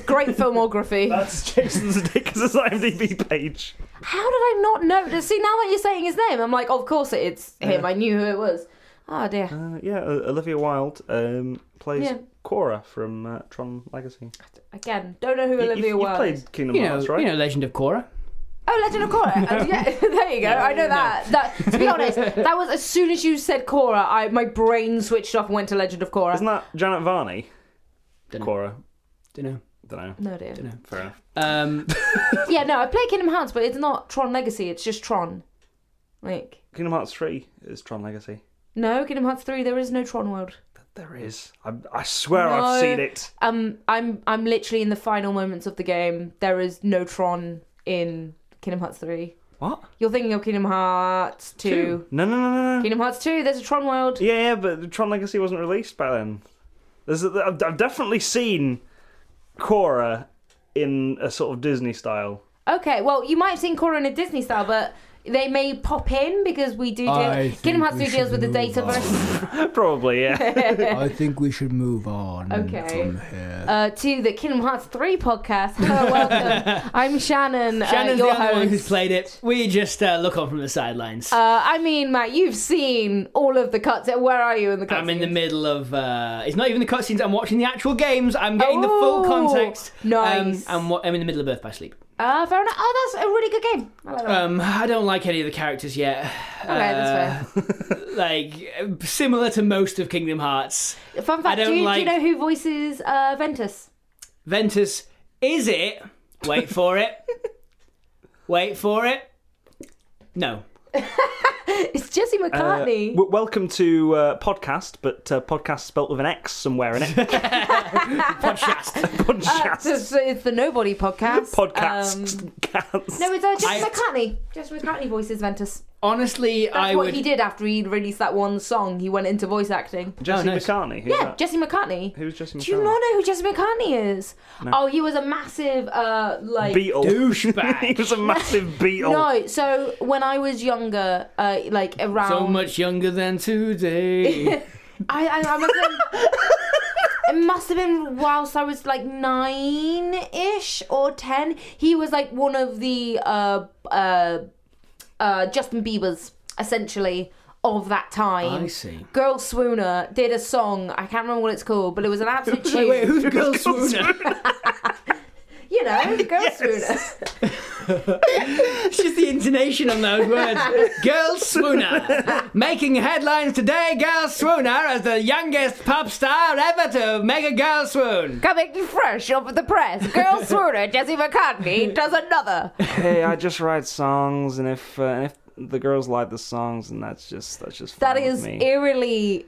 Speaker 3: great filmography.
Speaker 2: That's Jason Sudeikis' IMDb page.
Speaker 3: How did I not notice? See, now that you're saying his name, I'm like, of course it- it's him. I knew who it was. Oh dear.
Speaker 2: Uh, yeah, O- Olivia Wilde um, plays
Speaker 3: Yeah.
Speaker 2: Cora from uh, Tron Legacy.
Speaker 3: Again, don't know who
Speaker 2: You-
Speaker 3: Olivia
Speaker 2: you've,
Speaker 3: Wilde
Speaker 2: you
Speaker 3: is.
Speaker 2: played Kingdom
Speaker 1: You know,
Speaker 2: Hearts, right?
Speaker 1: you know, Legend of Korra.
Speaker 3: Oh, Legend of Korra. Uh, yeah, there you go. I know that. That to be honest, that was as soon as you said Korra, I my brain switched off and went to Legend of Korra.
Speaker 2: Isn't that Janet Varney?
Speaker 1: Dunno.
Speaker 2: Cora.
Speaker 1: Don't know.
Speaker 2: Don't know.
Speaker 3: no dear.
Speaker 2: Fair enough.
Speaker 1: Um,
Speaker 3: Yeah, no, I play Kingdom Hearts, but it's not Tron Legacy. It's just Tron. Like
Speaker 2: Kingdom Hearts 3 is Tron Legacy.
Speaker 3: no, Kingdom Hearts three. There is no Tron world.
Speaker 2: There is. I, I swear
Speaker 3: No.
Speaker 2: I've seen it.
Speaker 3: Um, I'm I'm literally in the final moments of the game. There is no Tron in Kingdom Hearts three.
Speaker 2: What?
Speaker 3: You're thinking of Kingdom Hearts two.
Speaker 2: No, no, no, no, no.
Speaker 3: Kingdom Hearts two. There's a Tron world.
Speaker 2: Yeah, yeah, but Tron Legacy wasn't released by then. There's a, I've, I've definitely seen Cora in a sort of Disney style.
Speaker 3: Okay, well, you might have seen Cora in a Disney style, but they may pop in because we do
Speaker 1: I
Speaker 3: deal. Kingdom Hearts
Speaker 1: think
Speaker 3: 2
Speaker 1: we
Speaker 3: deals with the
Speaker 1: should move
Speaker 3: dataverse.
Speaker 2: Probably, yeah.
Speaker 1: I think we should move on.
Speaker 3: Okay. Uh, to the Kingdom Hearts 3 podcast. Hello, welcome. I'm Shannon, uh,
Speaker 1: Shannon's
Speaker 3: your
Speaker 1: the only one
Speaker 3: host.
Speaker 1: who's played it. We just uh, look on from the sidelines.
Speaker 3: uh, I mean, Matt, you've seen all of the cuts. Where are you in the cuts?
Speaker 1: I'm in the middle of. Uh, it's not even the cutscenes. I'm watching the actual games. I'm getting the full
Speaker 3: Oh,
Speaker 1: context.
Speaker 3: nice.
Speaker 1: Um, I'm, wa- I'm in the middle of Birth by Sleep.
Speaker 3: Uh, fair enough. Oh, that's a really good game. I like that.
Speaker 1: Um, I don't like any of the characters yet.
Speaker 3: okay,
Speaker 1: Uh,
Speaker 3: that's
Speaker 1: Like uh, similar to most of Kingdom Hearts,
Speaker 3: fair. Fun
Speaker 1: I
Speaker 3: fact do
Speaker 1: don't
Speaker 3: you, do
Speaker 1: like-
Speaker 3: you know who voices uh, Ventus?
Speaker 1: Ventus is it? Wait for it. Wait for it. No.
Speaker 3: It's Jesse
Speaker 1: Uh,
Speaker 3: McCartney.
Speaker 2: Uh, W- welcome to uh, podcast, but uh, podcast spelt with an X somewhere in it.
Speaker 1: Podcast.
Speaker 2: Podcast.
Speaker 3: it's, it's the Nobody podcast. Uh, Um,
Speaker 2: podcast. Cats.
Speaker 3: No, it's uh, just
Speaker 1: I-
Speaker 3: McCartney. Just McCartney voices Ventus.
Speaker 1: Honestly,
Speaker 3: That's
Speaker 1: I
Speaker 3: what
Speaker 1: would.
Speaker 3: he did after he released that one song. He went into voice acting.
Speaker 2: Jesse
Speaker 1: Oh, nice.
Speaker 2: McCartney. Who's
Speaker 3: Yeah,
Speaker 2: that?
Speaker 3: Jesse McCartney.
Speaker 2: Who's Jesse McCartney?
Speaker 3: Do you not know who Jesse McCartney is? Oh, he was a massive uh like.
Speaker 2: Beetle.
Speaker 1: Douchebag.
Speaker 2: he was a massive beetle.
Speaker 3: no, so when I was younger, uh, like around,
Speaker 1: So much younger than today.
Speaker 3: I, I, I must have been, it must have been whilst I was like nine ish or ten. He was like one of the uh, uh, uh, Justin Bieber's essentially of that time.
Speaker 1: I see.
Speaker 3: Girl Swooner did a song. I can't remember what it's called, but it was an absolute tune.
Speaker 1: Wait, who's Girl Swooner?
Speaker 3: You know, Girl Swooner.
Speaker 1: It's just the intonation on those words. Girl Swooner. Making headlines today, Girl Swooner as the youngest pop star ever to make a girl swoon.
Speaker 3: Coming fresh off the press, Girl Swooner Jesse McCartney does another.
Speaker 2: Hey, I just write songs, and if uh, and if the girls like the songs, and that's just that's just
Speaker 3: That
Speaker 2: fine with
Speaker 3: is
Speaker 2: me.
Speaker 3: eerily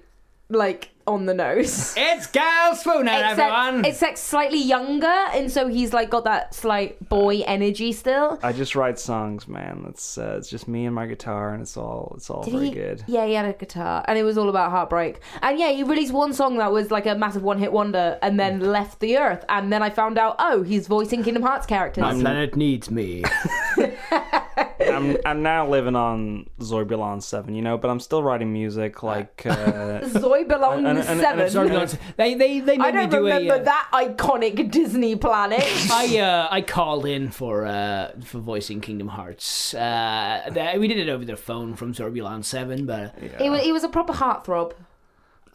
Speaker 3: like on the nose.
Speaker 1: It's Girl Swooner, everyone.
Speaker 3: Except, except slightly younger, and so he's like got that slight boy energy still.
Speaker 2: I just write songs, man. That's uh, it's just me and my guitar, and it's all it's all very
Speaker 3: He-
Speaker 2: good.
Speaker 3: Yeah, he had a guitar, and it was all about heartbreak. And yeah, he released one song that was like a massive one-hit wonder, and then
Speaker 1: Mm.
Speaker 3: left the earth. And then I found out, oh, he's voicing Kingdom Hearts characters.
Speaker 1: Um, planet needs me.
Speaker 2: I'm I'm now living on Zorbilon Seven, you know, but I'm still writing music.
Speaker 3: Ah.
Speaker 2: Like uh,
Speaker 3: Zoe belongs
Speaker 2: And- and- and-
Speaker 3: seven.
Speaker 2: and
Speaker 1: Sorry, Lawrence. They, they, they made me
Speaker 3: I don't
Speaker 1: do
Speaker 3: remember
Speaker 1: a. Uh,
Speaker 3: that iconic Disney planet.
Speaker 1: I uh, I called in for uh, for voicing Kingdom Hearts. Uh, th- we did it over the phone from Zorbiland Seven, but
Speaker 3: It was, he was a proper heartthrob.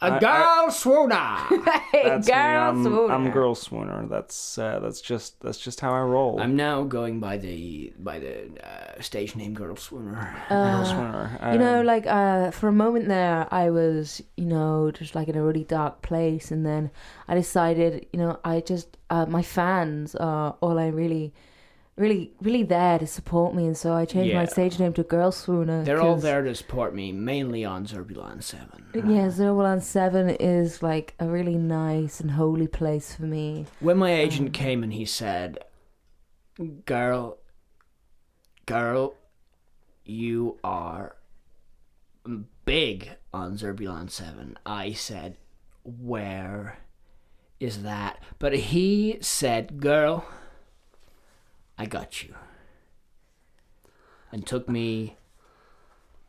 Speaker 1: A girl swooner.
Speaker 2: That's me.
Speaker 3: girl,
Speaker 2: I'm,
Speaker 3: swooner.
Speaker 2: I'm girl swooner. That's uh, that's just that's just how I roll.
Speaker 1: I'm now going by the by the uh, stage name Girl Swooner.
Speaker 2: girl swooner.
Speaker 3: You know, like uh, for a moment there, I was, you know, just like in a really dark place, and then I decided, you know, I just uh, my fans are all I really, really, really there to support me, and so I changed my
Speaker 1: Yeah.
Speaker 3: stage name to Girl Swooner.
Speaker 1: They're all
Speaker 3: 'cause-
Speaker 1: there to support me, mainly on Zerbulan Seven.
Speaker 3: Yeah, Zerwalan Seven is like a really nice and holy place for me.
Speaker 1: When my agent came and he said, "Girl, girl, you are big on Zerbulan 7." I said, "Where is that?" But he said, "Girl, I got you." And took me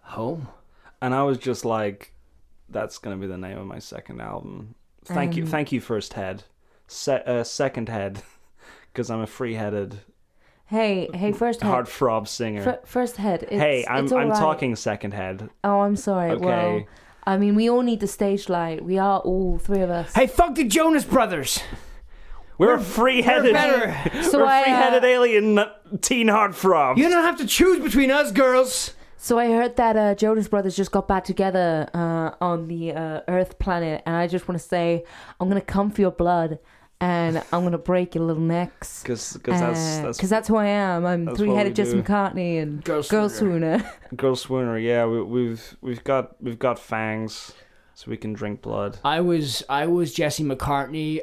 Speaker 1: home.
Speaker 2: and I was just like, that's gonna be the name of my second album. Thank
Speaker 3: Um,
Speaker 2: you, thank you, first head, Se- uh, second head, because I'm a free-headed
Speaker 3: Hey, hey, first head,
Speaker 2: hard throb singer.
Speaker 3: fir- first head. It's,
Speaker 2: hey, I'm
Speaker 3: it's all
Speaker 2: I'm
Speaker 3: right.
Speaker 2: talking second head.
Speaker 3: Oh, I'm sorry.
Speaker 2: Okay.
Speaker 3: Well, I mean, we all need the stage light. We are all three of us.
Speaker 1: Hey, fuck the Jonas Brothers.
Speaker 2: We're, free-headed.
Speaker 1: better.
Speaker 3: so
Speaker 2: we're
Speaker 3: I, uh,
Speaker 2: free-headed alien nut- teen hard throbs.
Speaker 1: You don't have to choose between us, girls.
Speaker 3: So I heard that uh, Jonas Brothers just got back together uh, on the uh, Earth planet, and I just want to say, I'm gonna come for your blood, and I'm gonna break your little necks.
Speaker 2: because that's
Speaker 3: Uh,
Speaker 2: that's
Speaker 3: 'cause that's who I am. I'm
Speaker 2: that's
Speaker 3: three headed
Speaker 2: what we
Speaker 3: Justin
Speaker 2: do.
Speaker 3: McCartney and
Speaker 1: Girl
Speaker 3: Girl
Speaker 1: swooner.
Speaker 3: Swooner.
Speaker 2: Girl Swooner, yeah, we, we've we've got we've got fangs, so we can drink blood.
Speaker 1: I was I was Jesse McCartney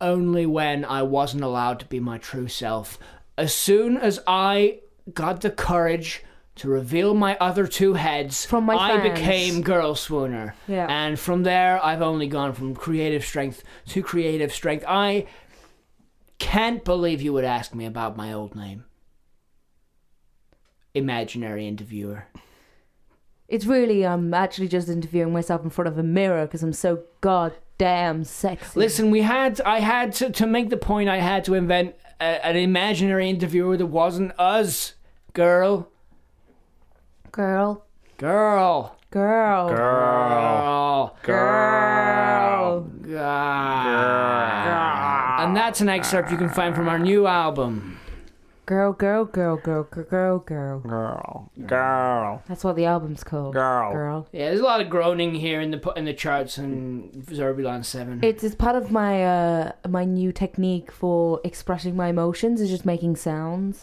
Speaker 1: only when I wasn't allowed to be my true self. As soon as I got the courage to reveal my other two heads,
Speaker 3: From my
Speaker 1: I
Speaker 3: fans.
Speaker 1: became Girl Swooner.
Speaker 3: Yeah.
Speaker 1: And from there, I've only gone from creative strength to creative strength. I can't believe you would ask me about my old name. Imaginary interviewer.
Speaker 3: it's really I'm actually just interviewing myself in front of a mirror because I'm so goddamn sexy.
Speaker 1: Listen, we had I had to, to make the point. I had to invent a, an imaginary interviewer that wasn't us, girl,
Speaker 3: girl,
Speaker 1: girl,
Speaker 3: girl, girl,
Speaker 1: girl,
Speaker 3: girl.
Speaker 1: girl. And that's an excerpt you can find from our new album.
Speaker 3: Girl, girl, girl, girl, girl, girl.
Speaker 2: Girl, girl,
Speaker 3: That's what the album's called.
Speaker 2: Girl.
Speaker 3: Girl.
Speaker 1: Yeah, there's a lot of groaning here in the pu- in the charts and Zerbulan Seven.
Speaker 3: It's, it's part of my uh, my new technique for expressing my emotions is just making sounds.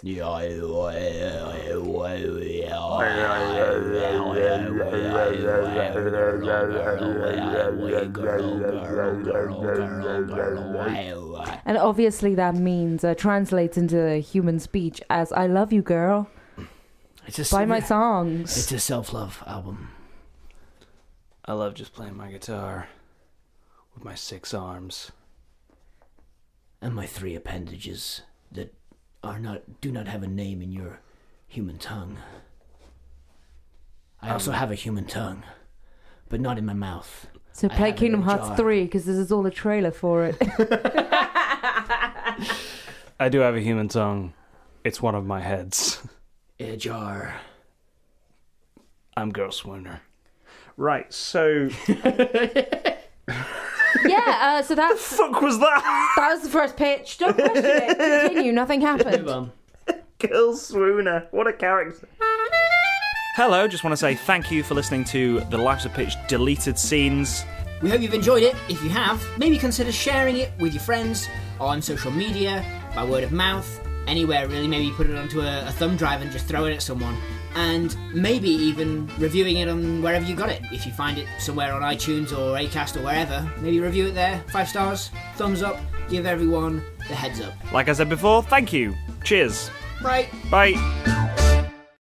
Speaker 3: And obviously that means uh, translates into human speech as "I love you, girl"
Speaker 1: It's a
Speaker 3: by my
Speaker 1: s-
Speaker 3: songs.
Speaker 1: It's a self love album.
Speaker 2: I love just playing my guitar with my six arms.
Speaker 1: and my three appendages that are not do not have a name in your human tongue. I also have a human tongue, but not in my mouth.
Speaker 3: So
Speaker 1: I
Speaker 3: play
Speaker 1: have it
Speaker 3: Kingdom
Speaker 1: in a
Speaker 3: Hearts
Speaker 1: jar.
Speaker 3: 3 because this is all a trailer for it.
Speaker 2: I do have a human tongue. It's one of my heads.
Speaker 1: In a jar.
Speaker 2: I'm Girl Swooner. Right, so
Speaker 3: yeah, uh, so that's
Speaker 2: fuck was that?
Speaker 3: that was the first pitch. Don't question it. Continue. Nothing happened.
Speaker 2: Girl Swooner. What a character. Hello, just want to say thank you for listening to the Life's a Pitch deleted scenes.
Speaker 1: We hope you've enjoyed it. If you have, maybe consider sharing it with your friends on social media, by word of mouth, anywhere really. Maybe put it onto a, a thumb drive and just throw it at someone. And maybe even reviewing it on wherever you got it. If you find it somewhere on iTunes or Acast or wherever, maybe review it there. Five stars, thumbs up, give everyone the heads up.
Speaker 2: Like I said before, thank you. Cheers.
Speaker 1: Right.
Speaker 2: Bye.